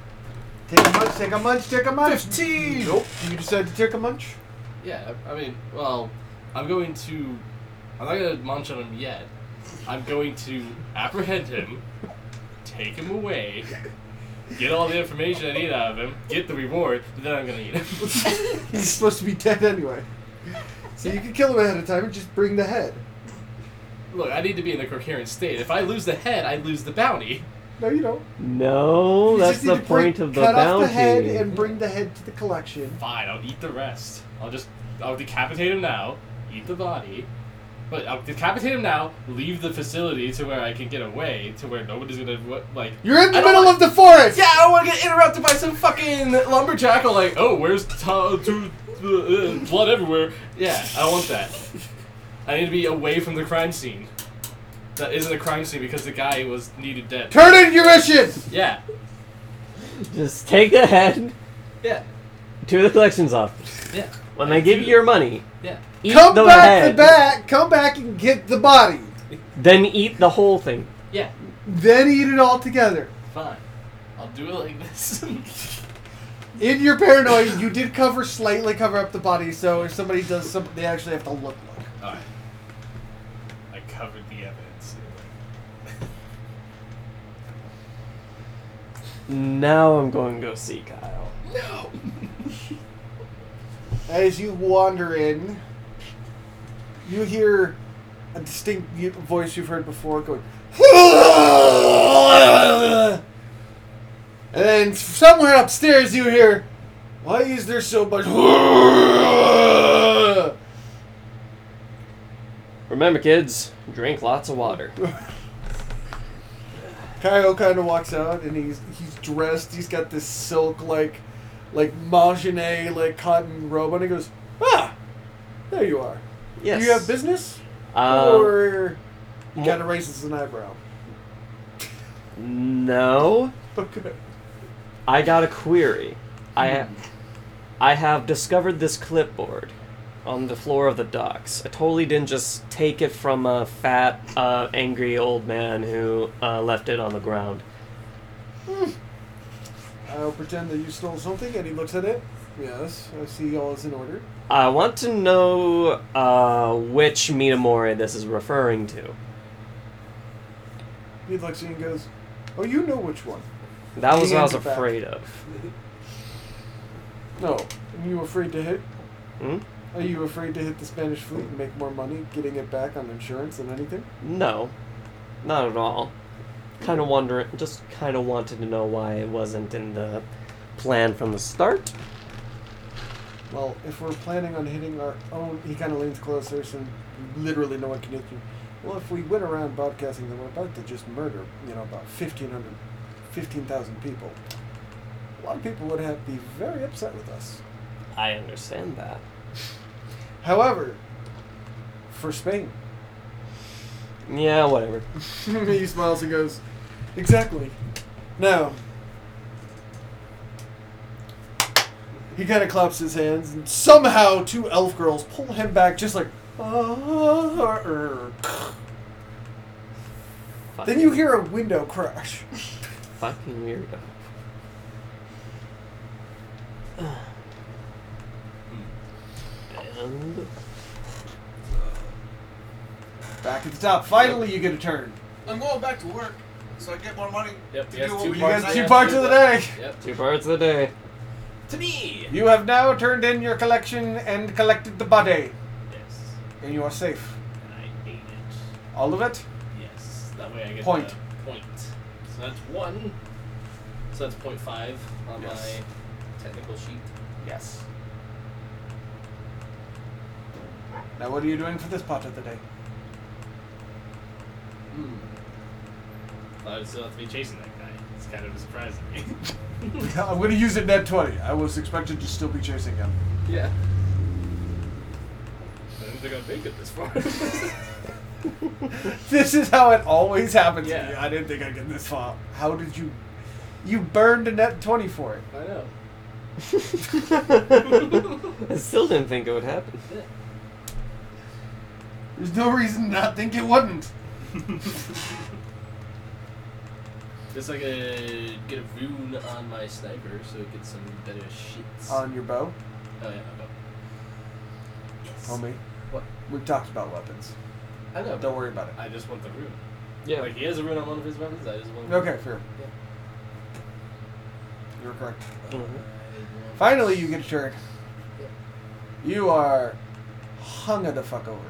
Take a munch, take a munch, take a munch. 15! Nope. You decide to take a munch? Yeah. I I mean, well, I'm going to. I'm not gonna munch on him yet. I'm going to apprehend him, take him away, get all the information I need out of him, get the reward, and then I'm gonna eat him. He's supposed to be dead anyway. So you can kill him ahead of time and just bring the head. Look, I need to be in a coherent state. If I lose the head, I lose the bounty. No, you don't. No, You that's just need the to bring- point of the cut bounty. off the head and bring the head to the collection. Fine, I'll eat the rest. I'll just I'll decapitate him now, eat the body. But I'll decapitate him now, leave the facility to where I can get away, to where nobody's gonna what, like. You're in the I don't middle want- of the forest! Yeah, I don't want to get interrupted by some fucking lumberjack. Or like, oh, where's t- t- uh, uh, blood everywhere? Yeah, I want that. I need to be away from the crime scene. That isn't a crime scene because the guy was needed dead. Turn in your mission! Yeah, Just take the head yeah, to the collections office. yeah, When they give you your money, yeah. eat Come the back head, the back, come back and get the body. then eat the whole thing. Yeah, Then eat it all together. fine. I'll do it like this. In your paranoia, you did cover slightly cover up the body, so if somebody does something, they actually have to look. look. Alright. covered the evidence. Now I'm going to go see Kyle. No. As you wander in, you hear a distinct mu- voice you've heard before going. and then somewhere upstairs you hear, "Why is there so much?" Remember, kids, drink lots of water. Kyle kind of walks out and he's he's dressed. He's got this silk like, like marginet like cotton robe, and he goes, "Ah, there you are. Yes. Do you have business, Um, or he mo- kind of raises an eyebrow." No. Okay. I got a query. I Hmm. I have discovered this clipboard on the floor of the docks. I totally didn't just take it from a fat, uh, angry old man who uh, left it on the ground. I'll pretend that you stole something, and he looks at it. Yes, I see all is in order. I want to know uh, which Mitamori this is referring to. He looks at you and goes, "Oh, you know which one? That was what I was Hand back. afraid of. No, are you afraid to hit? Hmm? Are you afraid to hit the Spanish fleet and make more money getting it back on insurance than anything? No, not at all. Kind of wondering, just kind of wanted to know why it wasn't in the plan from the start. Well, if we're planning on hitting our own, he kind of leans closer, so literally no one can hit you. Well, if we went around broadcasting that we're about to just murder, you know, about 1,500, 15,000 people, a lot of people would have be very upset with us. I understand that. However, for Spain, Yeah, whatever. he smiles and goes, Exactly. Now, he kind of claps his hands, and somehow two elf girls pull him back, just like, "Ah, er, er." Fucking, Then you hear a window crash. fucking weirdo. And Back at the top. Finally, you get a turn. I'm going back to work, so I get more money. Yep. To Yes. do what Two we You parts. got two parts of the day. Yep. two parts of the day. To me. You have now turned in your collection and collected the body, Yes. and you are safe. And I hate it. All of it. Yes. That way I get Point. the point. So that's one. So that's point five on Yes. my technical sheet. Yes. Now, what are you doing for this part of the day? Hmm. I would still have to be chasing that guy. It's kind of surprising me. I'm going to use it net 20. I was expected to still be chasing him. yeah. I didn't think I'd make it this far. This is how it always happens to Yeah. me. I didn't think I'd get this far. How did you. You burned a net 20 for it. I know. I still didn't think it would happen. There's no reason to not think it wouldn't. Just like a get a rune on my sniper so it gets some better shits. On your bow, oh yeah, I know. Yes. homie. What? We've talked about weapons. I know. Don't worry about it. I just want the rune. Yeah. Like he has a rune on one of his weapons. I just want. Okay, fair. Yeah. You're correct. Mhm. Finally, you get a turn. You are hung the fuck over.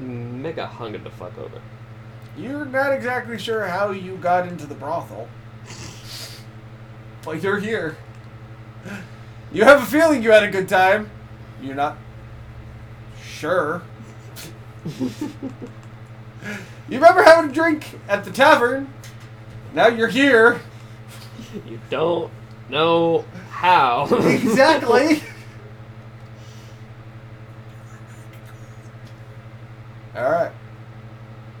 Mega hung it the fuck over. You're not exactly sure how you got into the brothel. but you're here. You have a feeling you had a good time. You're not sure. you remember having a drink at the tavern. Now you're here. You don't know how. Exactly. All right.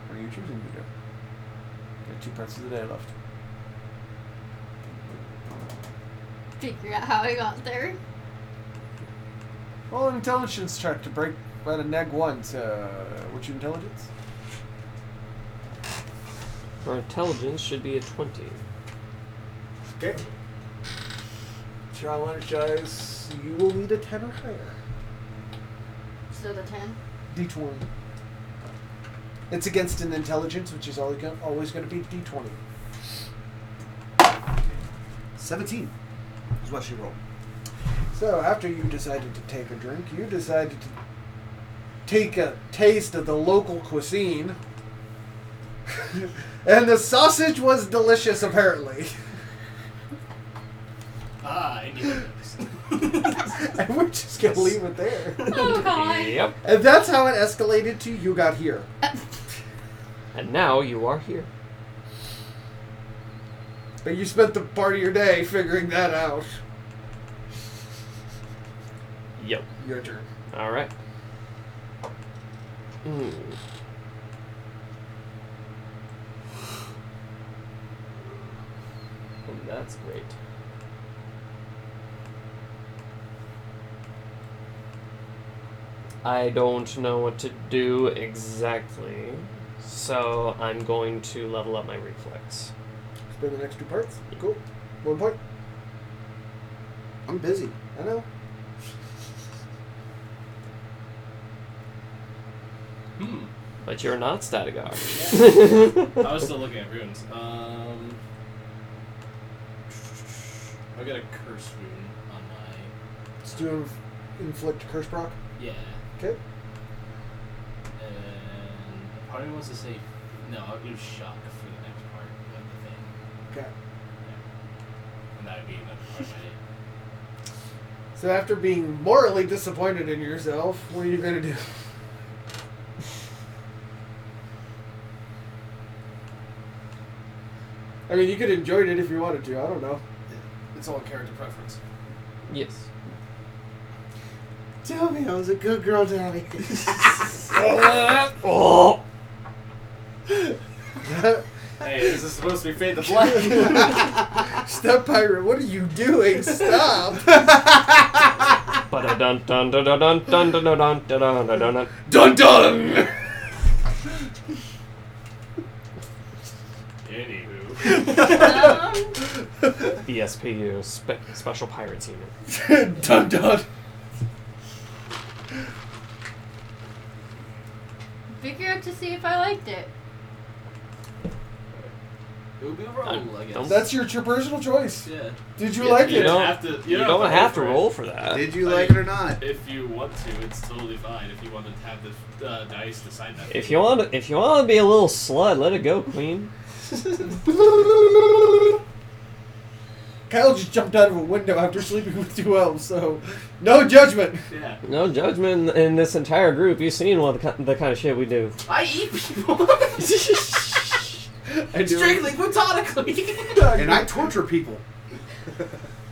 What are you choosing to do? Got two parts of the day left. Figure out how I got there. Well, an intelligence check to break out of neg one to what's your intelligence? Our intelligence should be a 20. Okay. Challenge dice. You will need a ten or higher. instead of 10? D20. It's against an intelligence, which is always going always going to be D20. 17 is what she rolled. So after you decided to take a drink, you decided to take a taste of the local cuisine. and the sausage was delicious, apparently. Ah, innuendos. and we're just going to leave it there. Oh, God. Yep. And that's how it escalated to you got here. And now you are here. But you spent the part of your day figuring that out. Yep. Your turn. All right. Hmm. Well, Oh, that's great. I don't know what to do exactly, so I'm going to level up my reflex. Spend the next two parts. Cool. One point. I'm busy. I know. Hmm. But you're not Statigar. I was still looking at runes. Um, I got a curse rune on my. Let's do inf- inflict curse proc. Yeah. Okay. And part of me wants to say no. I'll do shock for the next part of the thing, Okay. and that would be another part of my day. So after being morally disappointed in yourself, what are you gonna do? I mean, you could enjoy it if you wanted to. I don't know. It's all character preference. yes. Tell me I was a good girl, Daddy. Oh. Hey, this is supposed to be fade the black. Step pirate, what are you doing? Stop! Dun dun dun dun dun dun dun dun dun dun dun dun. dun dun. Anywho, Um, E BSPU, spe- Special Pirates Unit. dun dun. figure out to see if I liked it. it would be a roll, I guess. don't- That's your, your personal choice. yeah. Did you Yeah, like You it? don't- have to. You, don't, don't have to for it. roll for that. Did you like it or not? If you want to, it's totally fine. If you want to have the uh, dice decide that. If you want, to, if you want to be a little slut, let it go, Queen. Kyle just jumped out of a window after sleeping with two elves, so no judgment. Yeah. No judgment in, in this entire group. You've seen what the, ki- the kind of shit we do. I eat people. I do. Strictly platonically. And I torture people.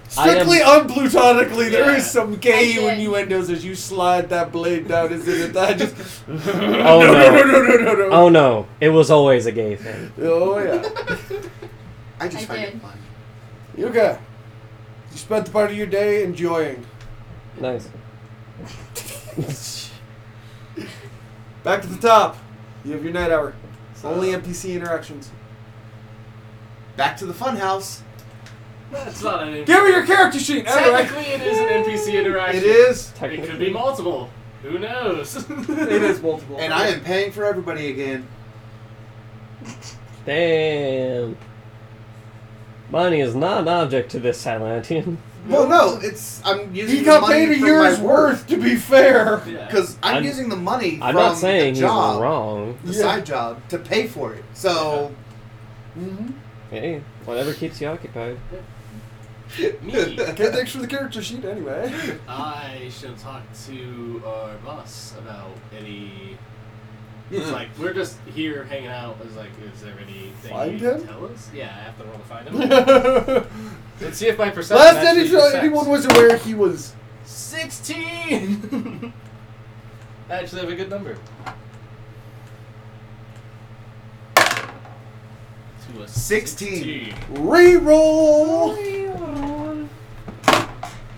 Strictly unplutonically, there Yeah. is some gay I did. innuendos as you slide that blade down his inner thigh. Just Oh no, no. no, no, no, no, no. Oh no! It was always a gay thing. Oh yeah. I just I find it did. fun. Yuka, you spent the part of your day enjoying. Nice. Back to the top. You have your night hour. Only NPC interactions. Back to the fun house. That's not an. Give me your character sheet. Anyway. Technically, it is an NPC interaction. It is. It could be multiple. Who knows? It is multiple. And I am paying for everybody again. Damn. Money is not an object to this Atlantean. Well, no, it's I'm using. He the got money paid a from year's my worth, to be fair. Yeah. because I'm, I'm- using the money. I'm from not saying the he's job, wrong. The Yeah. side job to pay for it. So Mm-hmm. Hey, whatever keeps you occupied. Me. Okay, thanks for the character sheet anyway. I shall talk to our boss about any. Mm-hmm. It's like we're just here hanging out. It's like, is there anything Find you can him? tell us? Yeah, I have to roll to find him. Last Let's see if my perception. time actually he saw percepts. anyone was aware he was. Sixteen. I actually have a good number. To a 16. Reroll!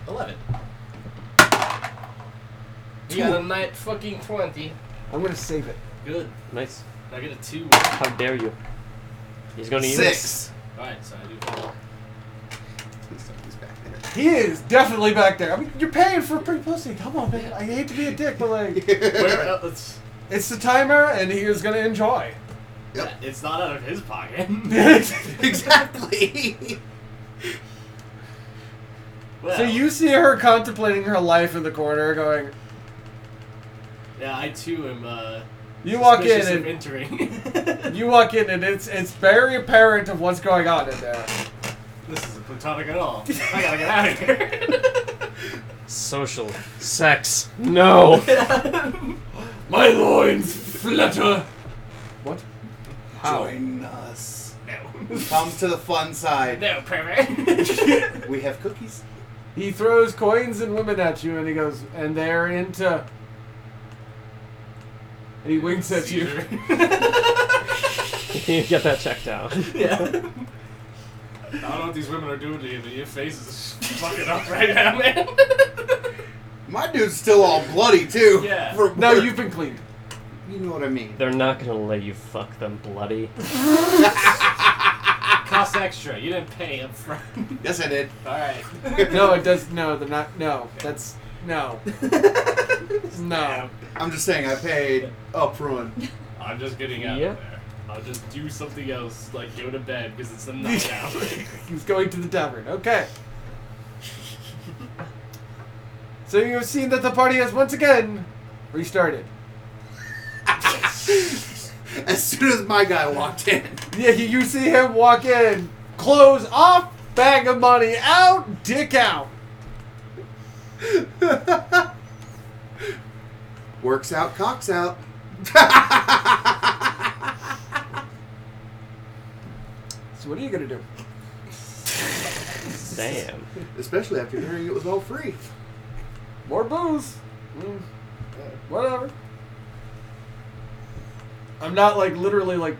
Eleven. You got a night fucking twenty. I'm gonna save it. Good. Nice. I get a two. How dare you? He's gonna use six. Alright, so I do. Please don't use back He is definitely back there. I mean, you're paying for pretty pussy. Come on, man. I hate to be a dick, but like, Where oh. there. else? it's the timer, and he is gonna enjoy. Yep. It's not out of his pocket. exactly. Well, So you see her contemplating her life in the corner, going, Yeah, I too am. Uh, "You walk in, suspicious of and entering. you walk in, and it's it's very apparent of what's going on in there." this isn't platonic at all. I gotta get out of here. Social sex. No. My loins flutter. What? Join us. No. Come to the fun side. No, pervert. We have cookies. He throws coins and women at you, and he goes, and they're into. And he winks at you. you get that checked out. yeah. I don't know what these women are doing to you, but your face is fucking up right now, man. My dude's still all bloody too. Yeah. From No, work. you've been cleaned. You know what I mean. They're not gonna let you fuck them bloody. Costs extra. You didn't pay up front. Yes, I did. All right. No, it does. No, they're not. No, that's no, no. I'm just saying I paid upfront. I'm just getting out Yeah. of there. I'll just do something else, like go to bed, because it's the night out. He's going to the tavern. Okay. So you have seen that the party has once again restarted. As soon as my guy walked in, Yeah, you- you see him walk in, clothes off, bag of money out, dick out. works out, cocks out. So what are you gonna do? Damn. Especially after hearing it was all free. More booze. Mm, whatever. I'm not like literally like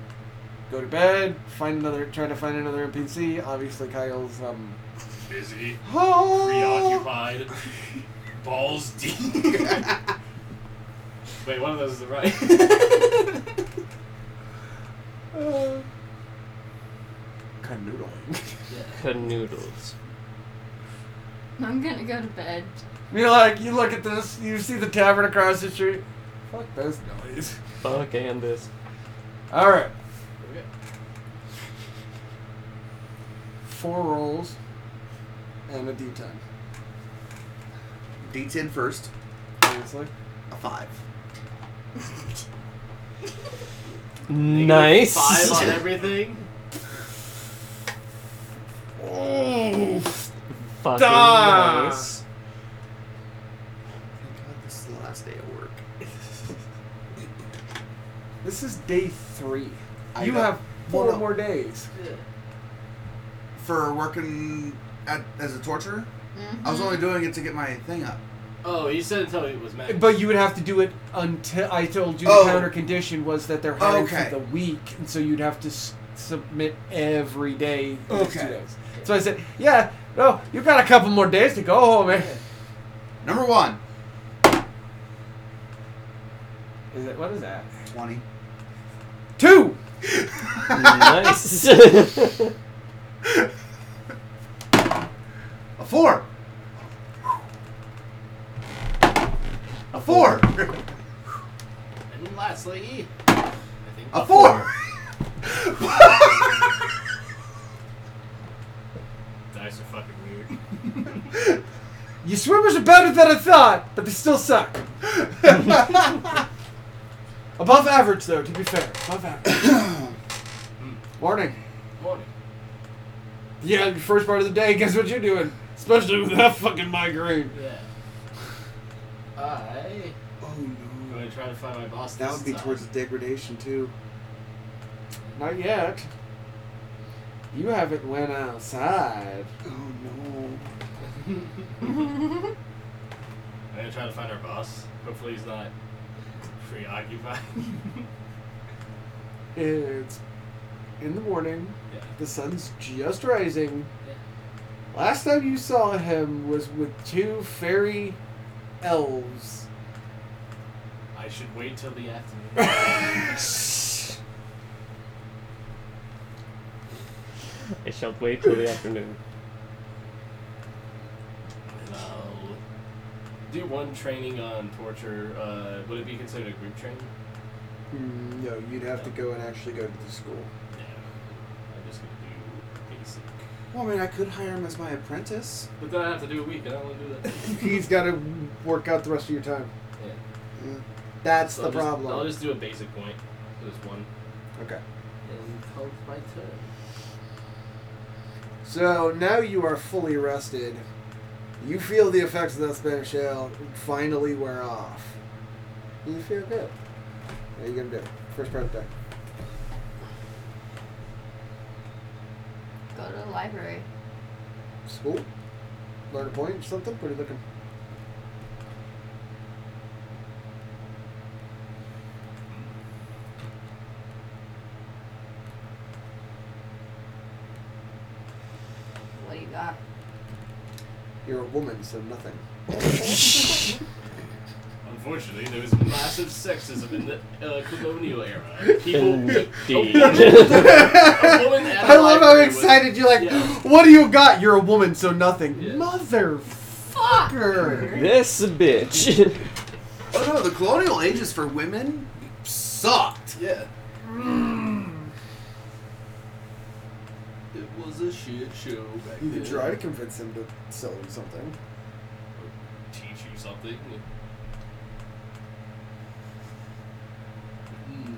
go to bed, find another trying to find another NPC. Obviously Kyle's um Busy, oh. preoccupied, balls deep. Wait, one of those is the right. Uh, kind of noodling. Canoodles. I'm gonna go to bed. You're like, you look at this, you see the tavern across the street. Fuck those noise. Fuck and this. All right, four rolls and a d10. D10 first, Seriously, a five. Nice. Five on everything. Fucking Duh. Thank nice. God this is the last day of work. this is day three. I you know. have four Hold on. more days. Mm-hmm. For working at, as a torturer, Mhm. I was only doing it to get my thing up. Oh, you said until it was max. But you would have to do it until I told you Oh. the counter condition was that they're hiring Okay. for the week, and so you'd have to s- submit every day. for those two Okay. days. So I said, yeah, no, you got a couple more days to go home. eh?" Man. Number one, Is it what is that? 20. Two. nice. A four. A four. and lastly, I think A four. dice are fucking weird. Your swimmers are better than I thought, but they still suck. Above average, though, to be fair. Above average. Warning. Morning. Yeah, your first part of the day, guess what you're doing? Especially with that fucking migraine. Yeah. I. oh I'm no. gonna try to find my boss. That this would be time. towards degradation too. Not yet. You haven't went outside. Oh no. I'm gonna try to find our boss. Hopefully he's not preoccupied. It's in the morning. Yeah. The sun's just rising. Last time you saw him was with two fairy elves. I should wait till the afternoon. Hmm, I shall wait till the afternoon. do one training on torture, uh, would it be considered a group training? Mm, No, you'd have to go and actually go to the school. No, I'm just gonna do basic. Well, I mean, I could hire him as my apprentice. But then I have to do a week, and I don't want to do that. He's got to work out the rest of your time. Yeah. That's So the I'll just- problem. I'll just do a basic point. So there's one. Okay. And called my turn. So Now you are fully rested. You feel the effects of that Spanish ale finally wear off. You feel good. What are you gonna do? First part of the day. Go to the library. School? Learn a point or something? What are you looking What do you got? You're a woman, so nothing. Unfortunately, there was massive sexism in the uh, colonial era. People, Indeed. I love how excited you're like, Yeah. what do you got? You're a woman, so nothing. Yeah. Motherfucker! This bitch. Oh no, the colonial ages for women sucked. Yeah. It was a shit show back You then. could try to convince him to sell you something. Teach you something. Mm.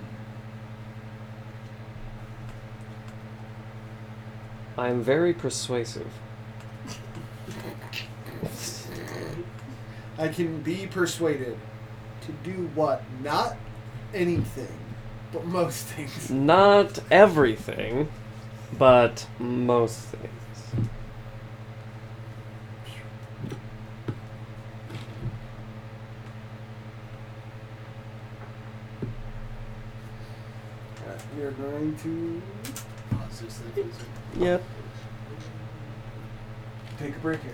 I'm very persuasive. I can be persuaded to do what? Not anything, but most things. Not everything, but most things. Uh, Alright, we are going to Oh, it's just like- Yep. take a break here.